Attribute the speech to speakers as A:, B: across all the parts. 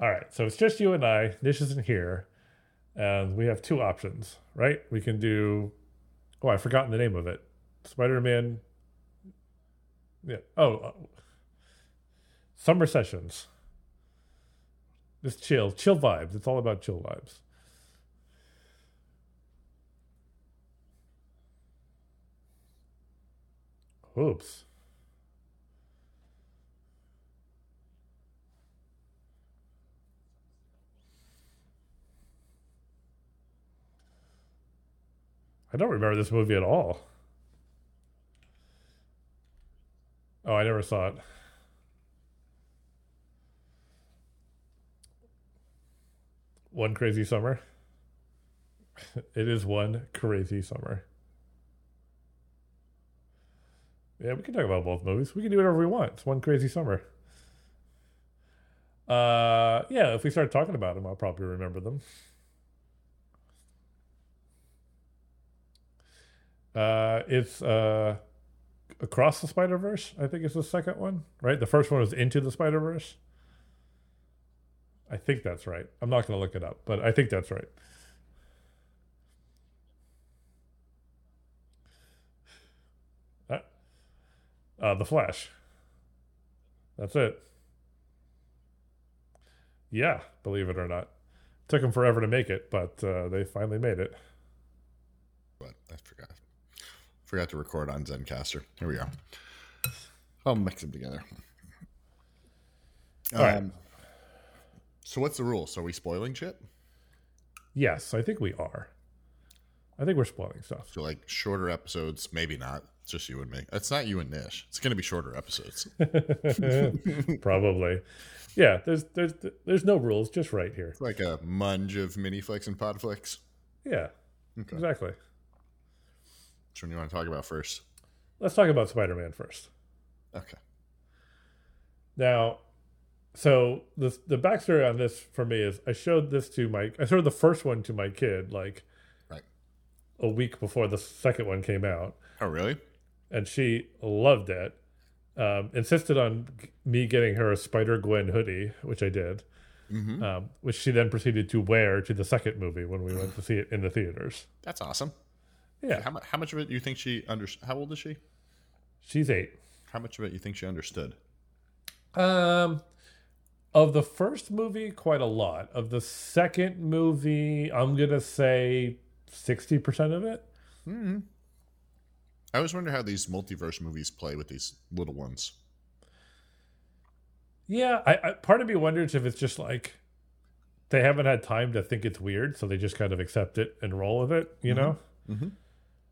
A: All right, so it's just you and I. Nish isn't here, and we have two options, right? We can do. Oh, I've forgotten the name of it. Spider Man. Yeah. Oh, uh, summer sessions. Just chill, chill vibes. It's all about chill vibes. Oops. I don't remember this movie at all. Oh, I never saw it. One crazy summer. it is one crazy summer. Yeah, we can talk about both movies. We can do whatever we want. It's one crazy summer. Uh, yeah, if we start talking about them, I'll probably remember them. Uh, it's uh, across the Spider Verse. I think is the second one, right? The first one was Into the Spider Verse. I think that's right. I'm not going to look it up, but I think that's right. Uh, uh, the Flash. That's it. Yeah, believe it or not, took them forever to make it, but uh, they finally made it.
B: but I forgot. Forgot to record on Zencaster. Here we go. I'll mix them together. Um,
A: All right.
B: So what's the rule? So are we spoiling shit?
A: Yes, I think we are. I think we're spoiling stuff.
B: So like shorter episodes, maybe not. It's just you and me. It's not you and Nish. It's gonna be shorter episodes.
A: Probably. Yeah, there's there's there's no rules, just right here.
B: It's like a munge of mini flicks and pod flicks.
A: Yeah.
B: Okay.
A: Exactly.
B: Which one you want to talk about first?
A: Let's talk about Spider-Man first.
B: Okay.
A: Now, so the the backstory on this for me is I showed this to my I showed the first one to my kid like
B: Right.
A: a week before the second one came out,
B: Oh really?
A: and she loved it. Um, insisted on g- me getting her a Spider Gwen hoodie, which I did,
B: Mm-hmm.
A: um, which she then proceeded to wear to the second movie when we went to see it in the theaters.
B: That's awesome.
A: Yeah,
B: How much? How much of it do you think she under? How old is she?
A: she's eight.
B: How much of it you think she understood?
A: Um, of the first movie, quite a lot. Of the second movie, I'm gonna say sixty percent of it. Mm-hmm.
B: hmm I always wonder how these multiverse movies play with these little ones.
A: Yeah, I, I part of me wonders if it's just like they haven't had time to think it's weird, so they just kind of accept it and roll with it. You know.
B: Mhm.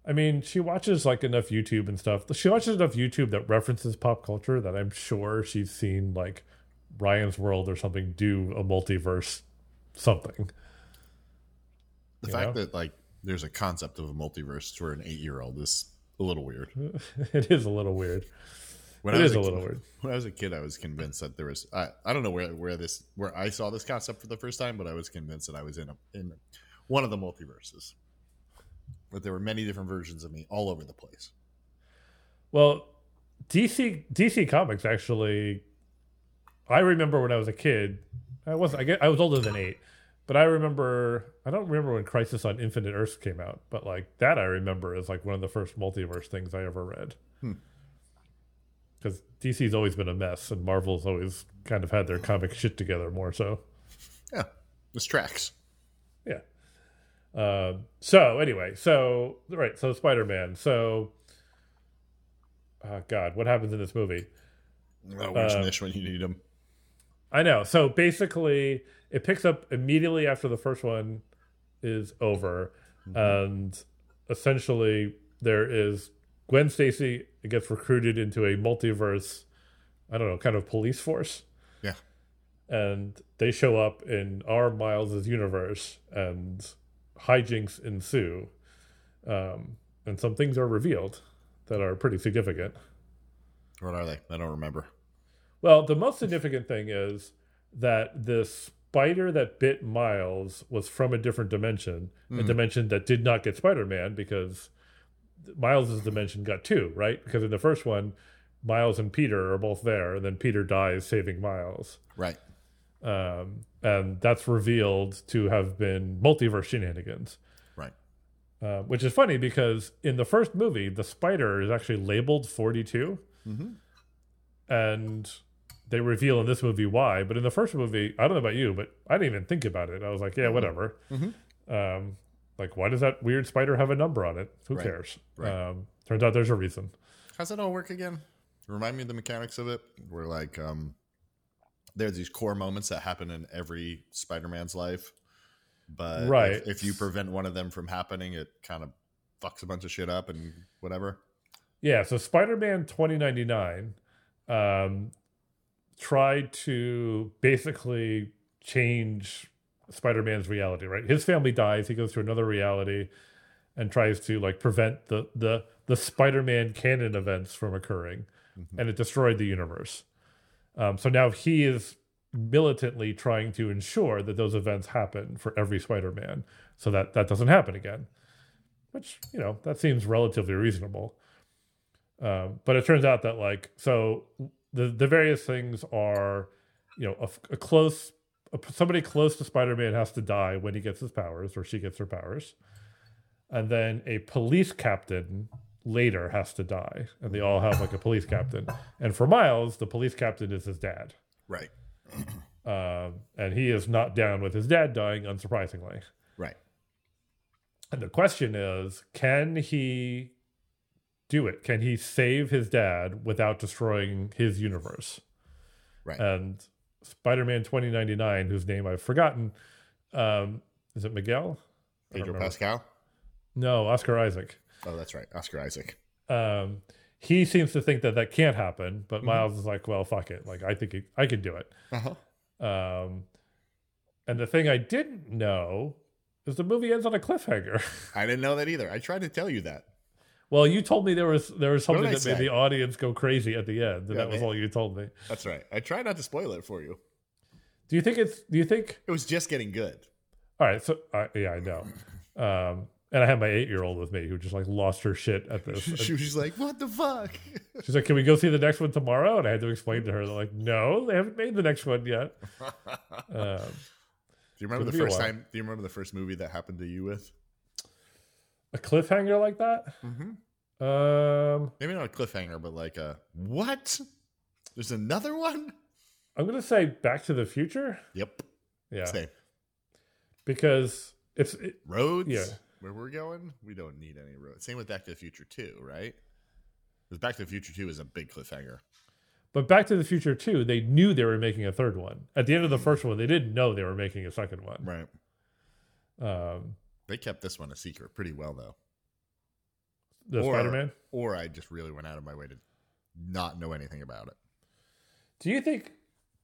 A: I mean, she watches like enough YouTube and stuff. She watches enough YouTube that references pop culture that I'm sure she's seen like Ryan's World or something do a multiverse something.
B: The
A: You
B: fact
A: know?
B: that like there's a concept of a multiverse for an eight-year-old is a little weird.
A: it is a little weird.
B: When
A: Mm-hmm. It
B: I was
A: is a
B: kid-
A: little weird.
B: When I was a kid, I was convinced that there was I, I don't know where where this where I saw this concept for the first time, but I was convinced that I was in a, in one of the multiverses. But there were many different versions of me all over the place.
A: Well, DC DC Comics actually. I remember when I was a kid. I was I get I was older than eight, but I remember I don't remember when Crisis on Infinite Earths came out, but like that I remember is like one of the first multiverse things I ever read.
B: Hmm.
A: Because DC's always been a mess, and Marvel's always kind of had their comic shit together more so.
B: Yeah, this tracks.
A: Yeah. Um, so anyway, so right, so Spider Man. So, oh God, what happens in this movie?
B: Oh, where's
A: Uh,
B: Nish when you need him?
A: I know. So basically, it picks up immediately after the first one is over, and essentially there is Gwen Stacy gets recruited into a multiverse. I don't know, kind of police force.
B: Yeah.
A: And they show up in our Miles's universe, and hijinks ensue, um, and some things are revealed that are pretty significant.
B: What are they? I don't remember.
A: Well, the most significant thing is that the spider that bit Miles was from a different dimension, a
B: Mm.
A: dimension that did not get Spider Man because Miles's dimension got two, right? Because in the first one, Miles and Peter are both there, and then Peter dies saving Miles.
B: Right.
A: um, and that's revealed to have been multiverse shenanigans.
B: Right.
A: Uh, which is funny because in the first movie, the spider is actually labeled 42,
B: Mm-hmm.
A: and they reveal in this movie why. But in the first movie, I don't know about you, but I didn't even think about it. I was like, yeah,
B: Mhm.
A: whatever.
B: Mhm.
A: Um, like, why does that weird spider have a number on it? Who
B: Right.
A: cares?
B: Right.
A: Um, turns out there's a reason.
B: How's that all work again? Remind me of the mechanics of it. Where like um, there's these core moments that happen in every Spider-Man's life, but if-
A: Right.
B: if, you prevent one of them from happening, it kind of fucks a bunch of shit up and whatever.
A: Yeah, so Spider Man 2099 um, tried to basically change Spider Man's reality, right? His family dies, he goes to another reality and tries to like prevent the, the, the Spider Man canon events from occurring,
B: Mhm.
A: and it destroyed the universe. Um, so now he is militantly trying to ensure that those events happen for every Spider Man so that that doesn't happen again, which, you know, that seems relatively reasonable. Um, but it turns out that like so the the various things are, you know, a f- a, close a, somebody close to Spider Man has to die when he gets his powers or she gets her powers, and then a police captain later has to die, and they all have like a police captain. And for Miles, the police captain is his dad,
B: Right.
A: um, and he is not down with his dad dying, unsurprisingly.
B: Right.
A: And the question is, can he do it? Can he save his dad without destroying his universe?
B: Right.
A: And Spider-Man 2099, whose name I've forgotten, um, is it Miguel? I don't
B: Pedro
A: remember.
B: Pascal.
A: No, Oscar Isaac.
B: Oh, that's right. Oscar Isaac.
A: Um, he seems to think that that can't happen, but
B: Mhm.
A: Miles is like, "Well, fuck it. Like, I think it, I could do it."
B: Uh-huh.
A: Um, and the thing I didn't know is the movie ends on a cliffhanger.
B: I didn't know that either. I tried to tell you that.
A: Well, you told me there was there was
B: What did
A: something
B: I
A: that made
B: say?
A: the audience go crazy at the end, and
B: Yeah,
A: that was
B: man.
A: all you told me.
B: That's right. I tried not to spoil it for you.
A: Do you think it's? Do you think?
B: It was just getting good.
A: All right, so I yeah, I know. Um, and I had my eight year old with me who just like lost her shit at this. And
B: She was just like, "What the fuck?"
A: She's like, "Can we go see the next one tomorrow?" And I had to explain to her, that, like, no, they haven't made the next one yet.
B: do
A: Um,
B: you remember
A: Took
B: the
A: me a
B: first
A: while.
B: time? Do you remember the first movie that happened to you with?
A: a cliffhanger like that?
B: Mm-hmm.
A: Um,
B: Maybe not a cliffhanger, but like a what? There's another one.
A: I'm gonna say Back to the Future.
B: Yep.
A: Yeah,
B: Same.
A: because it's it,
B: Roads.
A: Yeah.
B: Where we're going, we don't need any roads. Same with Back to the Future Two, right? Because Back to the Future Two is a big cliffhanger.
A: But Back to the Future 2, they knew they were making a third one. At the end of the first one, they didn't know they were making a second one.
B: Right.
A: Um,
B: They kept this one a secret pretty well, though.
A: the
B: Or-
A: Spider Man.
B: Or I just really went out of my way to not know anything about it.
A: Do you think?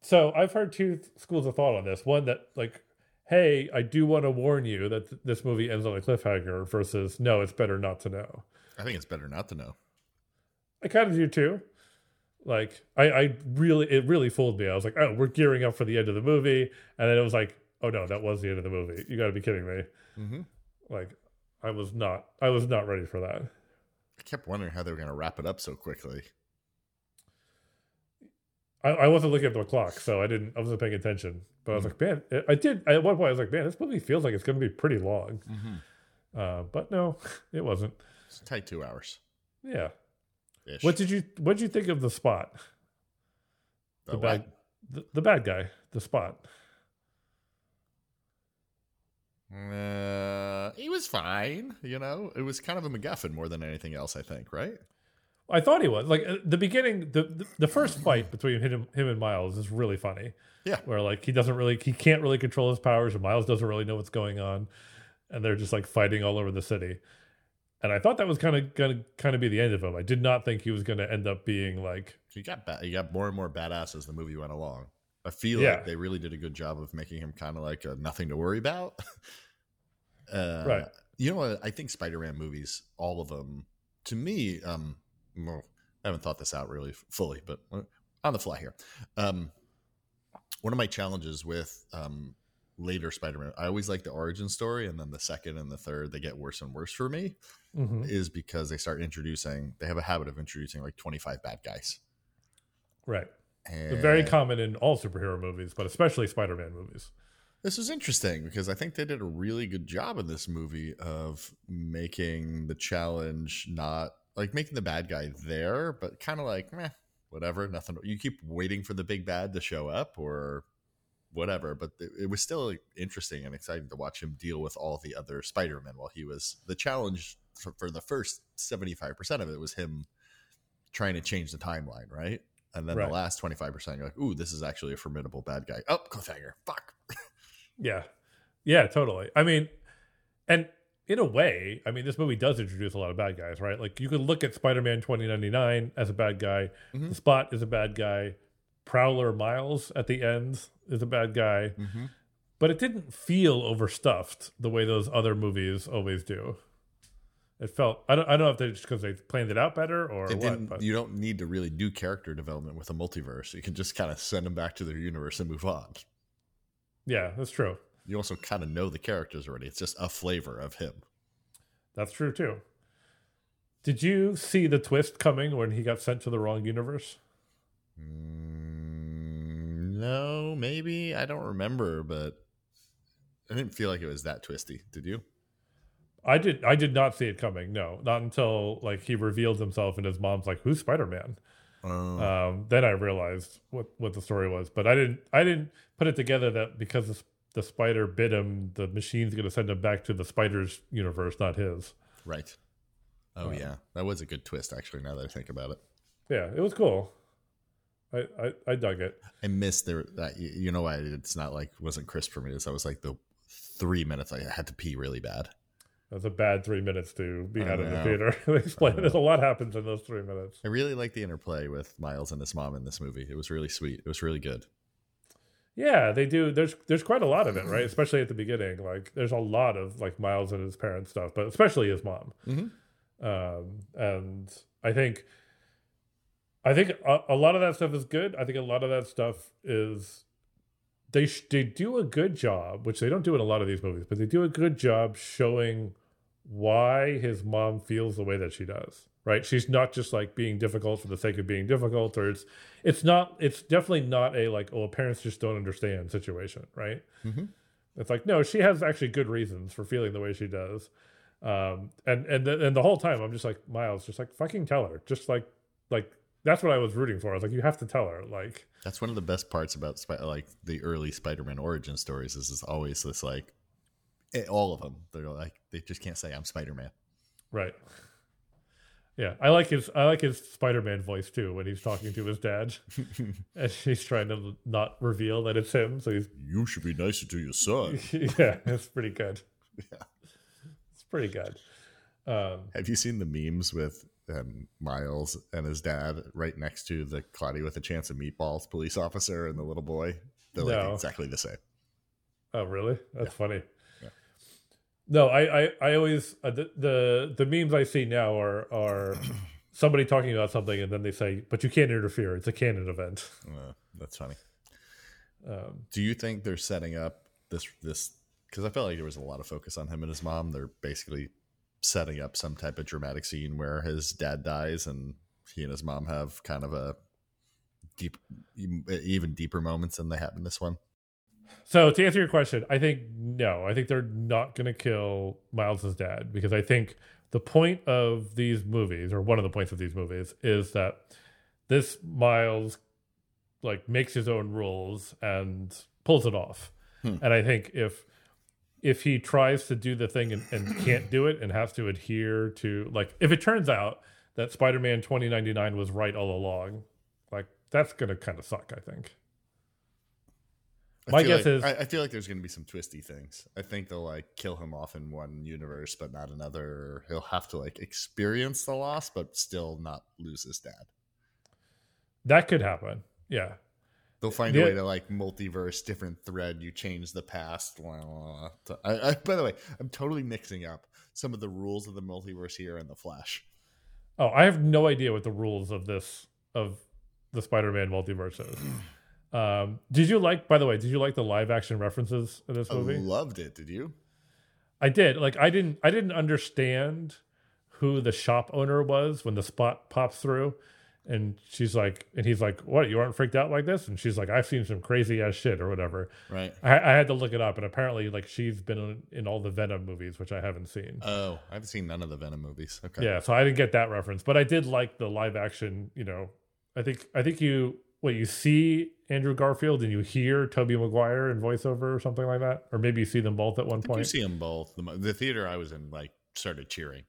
A: So I've heard two th- schools of thought on this. One that, like, hey, I do want to warn you that th- this movie ends on a cliffhanger, versus no, it's better not to know.
B: I think it's better not to know.
A: I kind of do too. Like, I, I really, it really fooled me. I was like, oh, we're gearing up for the end of the movie. And then it was like, oh no, that was the end of the movie. You got to be kidding me.
B: Mm-hmm.
A: Like, I was not, I was not ready for that.
B: I kept wondering how they were going to wrap it up so quickly.
A: I, I wasn't looking at the clock, so I didn't. I wasn't paying attention. But I
B: Hmm.
A: was like, man, I- I did. At one point, I was like, man, this movie feels like it's going to be pretty long. Uh, but no, it wasn't.
B: It's tight two hours.
A: Yeah.
B: Ish.
A: What did you What did you think of the spot?
B: the
A: the
B: what?
A: bad- The, the bad guy, the spot.
B: Uh, he was fine. You know, it was kind of a MacGuffin more than anything else. I think, right?
A: I thought he was like at the beginning. The, the the first fight between him him and Miles is really funny.
B: Yeah.
A: Where like he doesn't really he can't really control his powers, and Miles doesn't really know what's going on, and they're just like fighting all over the city. And I thought that was kind of gonna kind of be the end of him. I did not think he was gonna end up being like
B: He got ba- he got more and more badass as the movie went along. I feel
A: Yeah.
B: like they really did a good job of making him kind of like a nothing to worry about. uh,
A: Right.
B: You know what? I think Spider-Man movies, all of them, to me, um, well, I haven't thought this out really f- fully, but uh, on the fly here, um, one of my challenges with um, later Spider-Man, I always like the origin story, and then the second and the third, they get worse and worse for me
A: mhm,
B: is because they start introducing they have a habit of introducing like 25 bad guys
A: right.
B: And
A: Very common in all superhero movies, but especially Spider-Man movies.
B: This is interesting because I think they did a really good job in this movie of making the challenge not like making the bad guy there, but kind of like meh, whatever, nothing. You keep waiting for the big bad to show up or whatever, but it, it was still like, interesting and exciting to watch him deal with all the other Spider Men while he was the challenge for, for the first seventy five percent of it was him trying to change the timeline, right? And then
A: Right.
B: the last twenty five percent, you're like, ooh, this is actually a formidable bad guy. Oh, cliffhanger, fuck.
A: Yeah. Yeah, totally. I mean, and in a way, I mean, this movie does introduce a lot of bad guys, right? Like you could look at Spider-Man 2099 as a bad guy.
B: Mhm.
A: The Spot is a bad guy. Prowler Miles at the end is a bad guy,
B: Mm-hmm.
A: but it didn't feel overstuffed the way those other movies always do. It felt I don't I don't know if they just because they planned it out better or
B: It
A: what.
B: didn't,
A: but-
B: you don't need to really do character development with a multiverse. You can just kind of send them back to their universe and move on.
A: yeah, that's true.
B: You also kind of know the characters already. It's just a flavor of him.
A: That's true too. Did you see the twist coming when he got sent to the wrong universe?
B: Mm, no, maybe I don't remember, but I didn't feel like it was that twisty. Did you?
A: I did. I did not see it coming. No, not until like he revealed himself, and his mom's like, "Who's Spider Man?"
B: Oh,
A: Um, then I realized what what the story was, but I didn't. I didn't put it together that because the, s- the spider bit him, the machine's going to send him back to the spider's universe, not his.
B: right. Oh
A: uh,
B: yeah, that was a good twist. Actually, now that I think about it,
A: Yeah, it was cool. I I, I dug it.
B: I missed there. That, you you know why it's not like wasn't crisp for me is I was like the three minutes I had to pee really bad.
A: That's a bad three minutes to be
B: I
A: out of the
B: know.
A: theater. they explain there's a lot happens in those three minutes.
B: I really like the interplay with Miles and his mom in this movie. It was really sweet. It was really good.
A: Yeah, they do. There's there's quite a lot of it, right? Especially at the beginning. Like there's a lot of like Miles and his parents stuff, but especially his mom.
B: Mhm.
A: Um, and I think, I think a, a lot of that stuff is good. I think a lot of that stuff is they sh- they do a good job, which they don't do in a lot of these movies, but they do a good job showing why his mom feels the way that she does. Right? She's not just like being difficult for the sake of being difficult, or it's it's not it's definitely not a like oh parents just don't understand situation right
B: Mhm.
A: it's like no she has actually good reasons for feeling the way she does um and and the, and the whole time i'm just like miles just like fucking tell her just like like that's what i was rooting for i was like you have to tell her like
B: That's one of the best parts about Spi- like the early Spider-Man origin stories is it's always this like eh, all of them. They're like they just can't say I'm Spider-Man.
A: right yeah i like his i like his spider-man voice too when he's talking to his dad and he's trying to not reveal that it's him so he's
B: You should be nicer to your son.
A: yeah, it's pretty good.
B: Yeah.
A: It's pretty good. Um,
B: Have you seen the memes with um, Miles and his dad right next to the Claudia with a chance of meatballs police officer and the little boy? They're
A: No.
B: like exactly the same.
A: oh, really? That's
B: Yeah.
A: funny.
B: Yeah.
A: No, I, I, I always uh, the, the the memes I see now are are somebody talking about something and then they say, "But you can't interfere. It's a canon event."
B: Uh, that's funny.
A: Um,
B: Do you think they're setting up this this because I felt like there was a lot of focus on him and his mom. They're basically setting up some type of dramatic scene where his dad dies and he and his mom have kind of a deep, even deeper moments than they have in this one.
A: So to answer your question, I think no. I think they're not going to kill Miles's dad because I think the point of these movies, or one of the points of these movies, is that this Miles like makes his own rules and pulls it off.
B: Hmm.
A: And I think if if he tries to do the thing and, and can't do it and has to adhere to like if it turns out that Spider-Man 2099 was right all along, like that's going to kind of suck, I think.
B: I
A: My
B: feel
A: guess
B: like-
A: is-
B: I, I feel like there's going to be some twisty things. I think they'll like kill him off in one universe, but not another. He'll have to like experience the loss, but still not lose his dad.
A: That could happen. Yeah.
B: They'll find
A: Yeah.
B: a way to like multiverse, different thread. You change the past. Blah, blah, blah. I, I, by the way, I'm totally mixing up some of the rules of the multiverse here and the Flash.
A: Oh, I have no idea what the rules of this of the Spider-Man multiverse is. Um, did you like? By the way, did you like the live action references in this
B: I
A: movie?
B: loved it. Did you?
A: I did. Like, I didn't. I didn't understand who the shop owner was when the spot pops through, And she's like, and he's like, what? You aren't freaked out like this? And she's like, I've seen some crazy ass shit or whatever.
B: Right.
A: I, I had to look it up, and apparently, like, she's been in, in all the Venom movies, which I haven't seen.
B: Oh, I've seen none of the Venom movies. Okay.
A: Yeah, so I didn't get that reference, but I did like the live action. You know, I think I think you what you see Andrew Garfield and you hear Toby Maguire in voiceover or something like that, or maybe you see them both at one
B: I think you
A: point.
B: see them both. The, mo- the theater I was in, like, started cheering.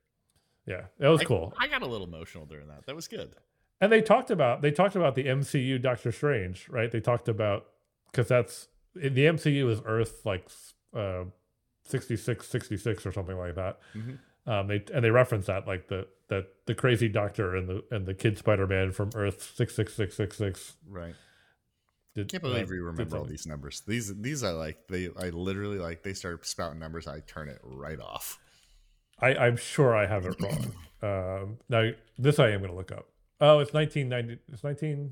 A: yeah, that was
B: I-
A: cool.
B: I got a little emotional during that. That was good.
A: and they talked about they talked about the MCU Doctor Strange, right? They talked about because that's in the MCU is Earth like uh, 66, 66 or something like that.
B: Mhm.
A: Um, they and they reference that like the that the crazy doctor and the and the kid Spider Man from Earth six six six six six
B: Right.
A: did,
B: Can't
A: uh,
B: believe
A: did
B: you remember all
A: something.
B: these numbers. These these I like. They I literally like. They start spouting numbers. I turn it right off.
A: I, I'm sure I have it wrong. um, now this I am going to look up. Oh, it's 1990. It's 19.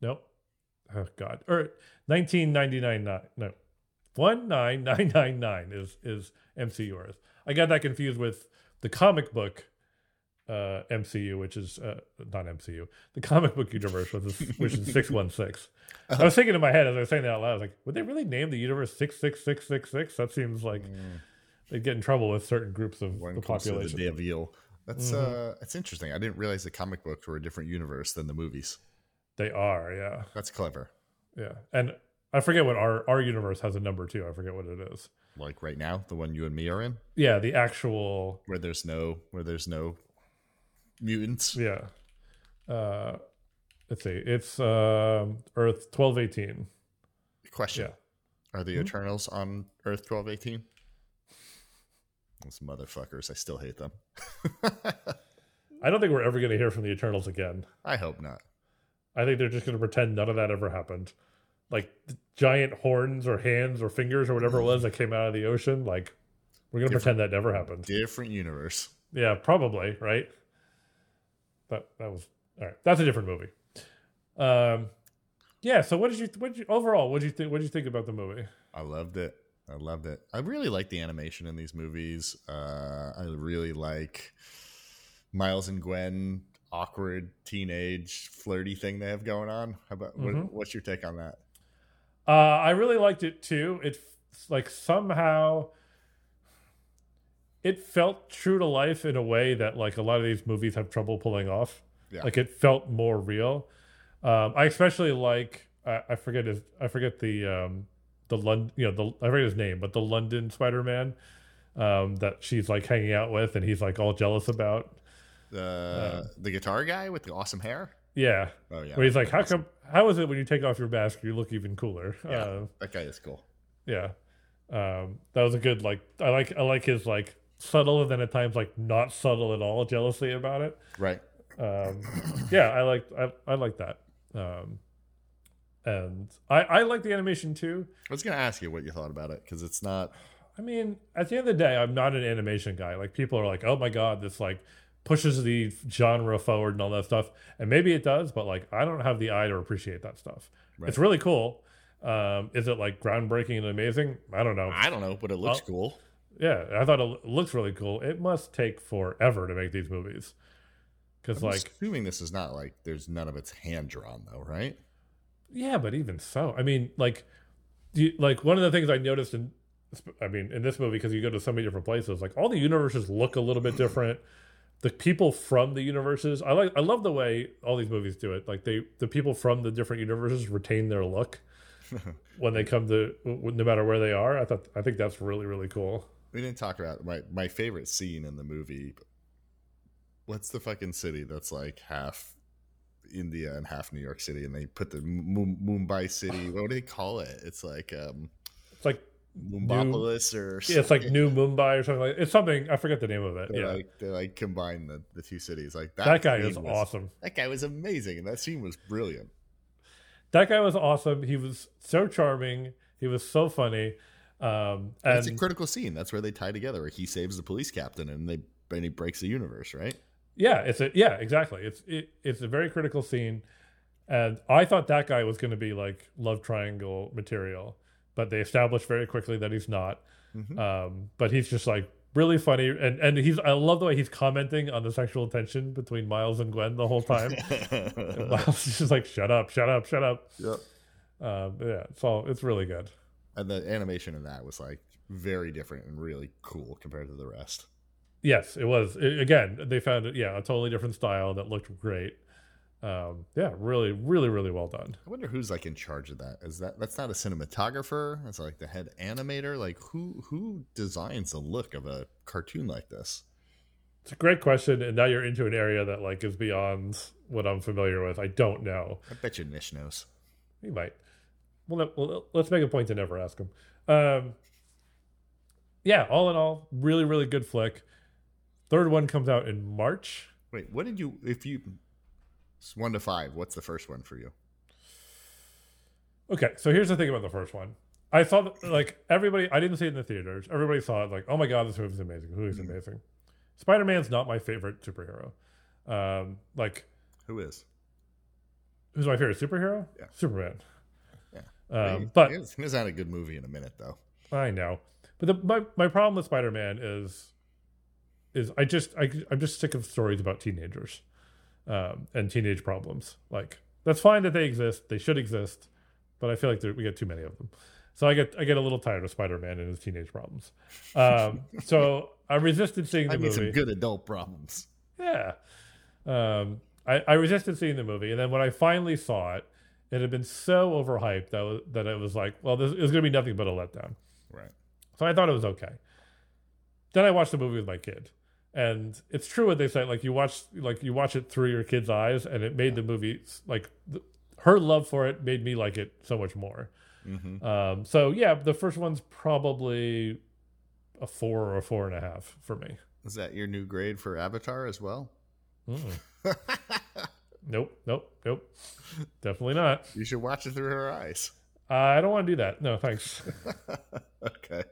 A: No, oh God, or 1999. No, 19999 is is MCU Earth. I got that confused with the comic book uh, MCU, which is uh, not MCU, the comic book universe, which is which is 616. I was thinking in my head as I was saying that out loud. I was like, would they really name the universe 66666? That seems like they'd get in trouble with certain groups of
B: One
A: the
B: comes to
A: population.
B: the devil. That's uh, that's interesting. I didn't realize the comic books were a different universe than the movies.
A: They are, yeah,
B: That's clever.
A: yeah. And I forget what our our universe has a number too. I forget what it is.
B: Like right now, the one you and me are in,
A: Yeah, the actual
B: where there's no where there's no mutants.
A: yeah. Uh, let's see, it's um, Earth twelve eighteen.
B: Question:
A: Yeah.
B: Are the Eternals on Earth twelve eighteen? Those motherfuckers. I still hate them.
A: I don't think we're ever going to hear from the Eternals again.
B: I hope not.
A: I think they're just going to pretend none of that ever happened. Like the giant horns or hands or fingers or whatever it was that came out of the ocean. Like we're going to pretend that never happened.
B: Different universe.
A: Yeah, probably, right? That that was all right. That's a different movie. Um yeah, so what did you what did you overall what did you think what did you think about the movie?
B: I loved it. I loved it. I really like the animation in these movies. Uh, I really like Miles and Gwen awkward teenage flirty thing they have going on. How about
A: Mhm.
B: what, what's your take on that?
A: Uh I really liked it too. It f- like somehow it felt true to life in a way that like a lot of these movies have trouble pulling off.
B: Yeah.
A: Like it felt more real. Um I especially like I, I forget his I forget the um the London you know the I forget his name, but the London Spider-Man um that she's like hanging out with and he's like all jealous about.
B: The
A: Uh,
B: the guitar guy with the awesome hair.
A: Yeah.
B: Oh yeah,
A: Where he's like, How come how is it when you take off your mask you look even cooler?
B: Yeah.
A: Uh,
B: that guy is cool.
A: yeah um that was a good like i like i like his like subtle and then at times like not subtle at all jealousy about it
B: Right.
A: um yeah i like i, I like that um and i i like the animation too
B: I was gonna ask you what you thought about it because it's not
A: i mean at the end of the day i'm not an animation guy like people are like oh my god this like pushes the genre forward and all that stuff and maybe it does but like i don't have the eye to appreciate that stuff
B: Right.
A: it's really cool um is it like groundbreaking and amazing i don't know
B: I don't know, but it looks
A: Oh.
B: cool.
A: Yeah, I thought it l- looks really cool. It must take forever to make these movies. Because,
B: I'm
A: like,
B: assuming this is not like there's none of it's hand drawn though, right?
A: yeah, but even so, I mean, like, do you, like one of the things I noticed in, I mean, in this movie, because you go to so many different places, like all the universes look a little bit different. The people from the universes, I like, I love the way all these movies do it. Like they, the people from the different universes retain their look when they come to, w- no matter where they are. I thought, I think that's really, really cool.
B: We didn't talk about my my favorite scene in the movie. What's the fucking city that's like half India and half New York City, and they put the M- M- Mumbai city. What do they call it? It's like um,
A: It's like
B: Mumbopolis or
A: Yeah, it's like
B: something.
A: New Mumbai or something like it's something I forget the name of it.
B: They
A: Yeah.
B: like they like combine the, the two cities. Like that,
A: that guy
B: scene
A: is
B: was-
A: awesome.
B: That guy was amazing, and that scene was brilliant.
A: That guy was awesome. He was so charming. He was so funny. Um
B: And it's a
A: and
B: critical scene. That's where they tie together. Where he saves the police captain, and they and he breaks the universe. Right?
A: yeah, it's a yeah, exactly. It's it, it's a very critical scene. And I thought that guy was gonna be like love triangle material, but they established very quickly that he's not.
B: Mhm.
A: Um but he's just like really funny, and and he's I love the way he's commenting on the sexual tension between Miles and Gwen the whole time. And
B: yep.
A: Miles is just like, shut up, shut up, shut up. Um, yeah, it's all it's really good.
B: And the animation in that was like very different and really cool compared to the rest.
A: Yes, it was. I- again, they found it. Yeah, a totally different style that looked great. Um, yeah, really, really, really well done.
B: I wonder who's like in charge of that. Is that that's not a cinematographer? That's like the head animator. Like who who designs the look of a cartoon like this?
A: It's a great question, and now you're into an area that like is beyond what I'm familiar with. I don't know.
B: I bet you Nish knows.
A: He might. Well, let- well, let's make a point to never ask him. Um, yeah, all in all, really, really good flick. Third one comes out in March.
B: Wait, what did you if you it's one to five, what's the first one for you?
A: Okay, so here's the thing about the first one. I saw th- like everybody. I didn't see it in the theaters. Everybody saw it like, oh my god, this movie's amazing. The movie's
B: Mhm.
A: amazing. Spider Man's not my favorite superhero. Um, like,
B: Who is?
A: who's my favorite superhero?
B: Yeah.
A: Superman.
B: Yeah.
A: Um,
B: Wait,
A: but
B: it's, it's not a good movie in a minute though.
A: I know, but the, my my problem with Spider Man is, is I just I I'm just sick of stories about teenagers, um, and teenage problems. Like that's fine that they exist, they should exist, but I feel like there- we get too many of them. So I get I get a little tired of Spider Man and his teenage problems. Um, so I resisted seeing the
B: I need
A: movie.
B: some good adult problems.
A: Yeah. Um, I, I resisted seeing the movie, and then when I finally saw it, it had been so overhyped that was, that it was like, well, this is going to be nothing but a letdown.
B: Right.
A: So I thought it was okay. Then I watched the movie with my kid, and it's true what they say. Like you watch, like you watch it through your kid's eyes, and it made the movie like th- her love for it made me like it so much more.
B: Mm-hmm.
A: Um, so yeah, the first one's probably a four or a four and a half for me.
B: Is that your new grade for Avatar as well?
A: Mm. Nope, nope, nope. Definitely not.
B: you should watch it through her eyes.
A: I don't want to do that. No, thanks.
B: okay.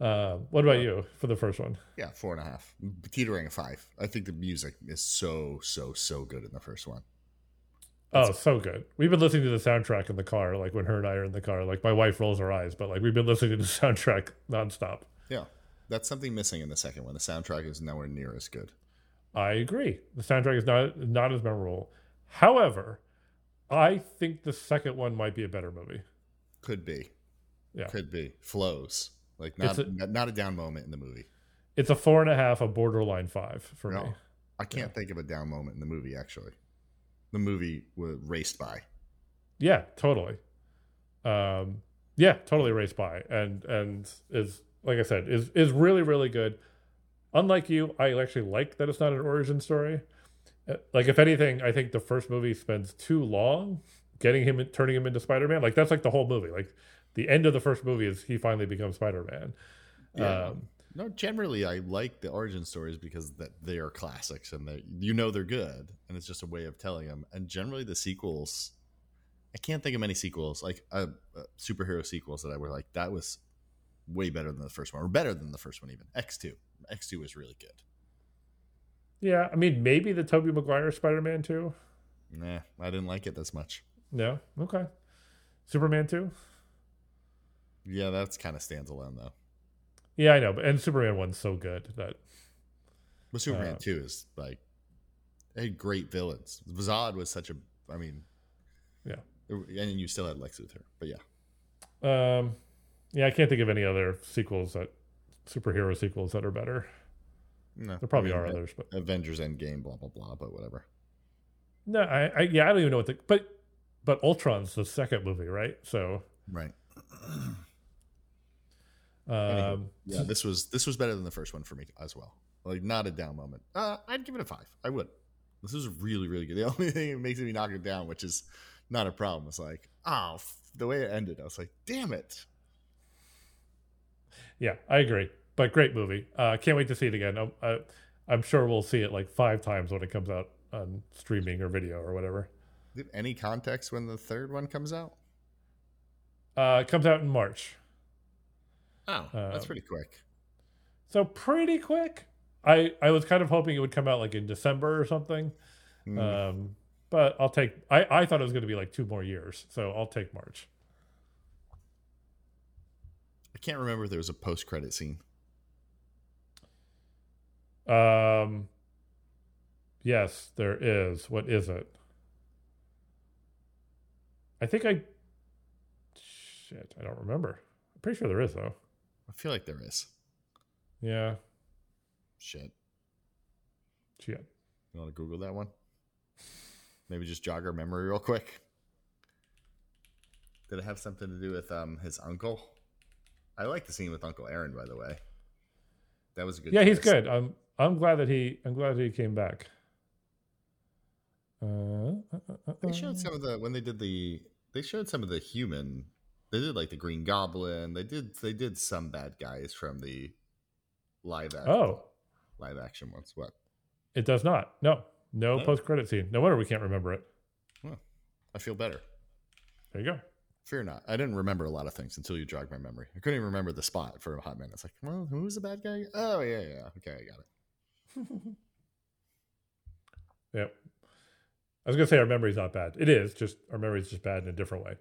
A: Uh, what about you for the first one?
B: Yeah, four and a half. Teetering a five. I think the music is so, so, so good in the first one.
A: Oh, so good. We've been listening to the soundtrack in the car, like when her and I are in the car. Like my wife rolls her eyes, but like we've been listening to the soundtrack nonstop.
B: Yeah. That's something missing in the second one. The soundtrack is nowhere near as good.
A: I agree. The soundtrack is not not as memorable. However, I think the second one might be a better movie.
B: Could be.
A: Yeah.
B: Could be. Flows. Like not
A: It's
B: not a down moment in the movie.
A: It's a four and a half, a borderline five for
B: No.
A: me.
B: I can't think of a down moment in the movie actually. The movie was raced by.
A: Yeah, totally. Um, yeah, totally raced by and and is like I said is is really really good. Unlike you, I actually like that it's not an origin story. Uh, Like if anything, I think the first movie spends too long getting him turning him into Spider Man. Like that's like the whole movie. Like the end of the first movie is he finally becomes Spider Man.
B: Yeah.
A: Um,
B: No, generally I like the origin stories because that they are classics and they you know they're good and it's just a way of telling them. And generally the sequels, I can't think of many sequels like uh, uh, superhero sequels that I were like that was way better than the first one or better than the first one even. X two, X two was really good.
A: yeah, I mean maybe the Tobey Maguire Spider Man too.
B: Nah, I didn't like it this much.
A: No, okay, Superman two.
B: Yeah, that's kind of stands alone though.
A: Yeah, I know, but and Superman one's so good that
B: But Superman
A: Uh,
B: two is like they had great villains. Zod was such a, I mean,
A: Yeah.
B: and you still had Lex Luthor, but yeah.
A: Um, yeah, I can't think of any other sequels that superhero sequels that are better.
B: No,
A: There probably
B: I mean,
A: are
B: that-
A: others, but
B: Avengers Endgame, blah blah blah, but whatever.
A: no, I, I yeah, I don't even know what the but but Ultron's the second movie, right? So,
B: Right.
A: um,
B: Yeah, this was this was better than the first one for me as well. Like not a down moment. Uh, I'd give it a five. I would. This is really really good. The only thing that makes me knock it down, which is not a problem, is like oh f- the way it ended. I was like, damn it.
A: yeah, I agree. But great movie. Uh, can't wait to see it again. I'm, I, I'm sure we'll see it like five times when it comes out on streaming or video or whatever.
B: Do you have Any context when the third one comes out?
A: Uh, it comes out in March,
B: Oh, that's
A: Um,
B: pretty quick.
A: so pretty quick. I I was kind of hoping it would come out like in December or something.
B: Hmm.
A: Um, but I'll take. I, I thought it was going to be like two more years, so I'll take March.
B: I can't remember if there was a post credit scene.
A: Um, yes, there is. What is it? I think I. Shit, I don't remember. I'm pretty sure there is though.
B: I feel like there is.
A: Yeah,
B: Shit.
A: shit.
B: You want to Google that one? Maybe just jog our memory real quick. Did it have something to do with um, his uncle? I like the scene with Uncle Aaron, by the way. That was a good.
A: yeah, he's
B: choice.
A: good. I'm I'm glad that he I'm glad that he came back. Uh, uh, uh, uh,
B: They showed some of the when they did the they showed some of the human. They did like the Green Goblin. They did they did some bad guys from the live action,
A: Oh,
B: live action ones. What?
A: it does not. No, no
B: No.
A: post credit scene. No wonder we can't remember it.
B: I feel better.
A: There you go.
B: Fear not. I didn't remember a lot of things until you jogged my memory. I couldn't even remember the spot for a hot minute. It's like, well, who was the bad guy? Oh yeah, yeah. Okay, I got it.
A: Yep. I was gonna say our memory's not bad. It is just our memory's just bad in a different way.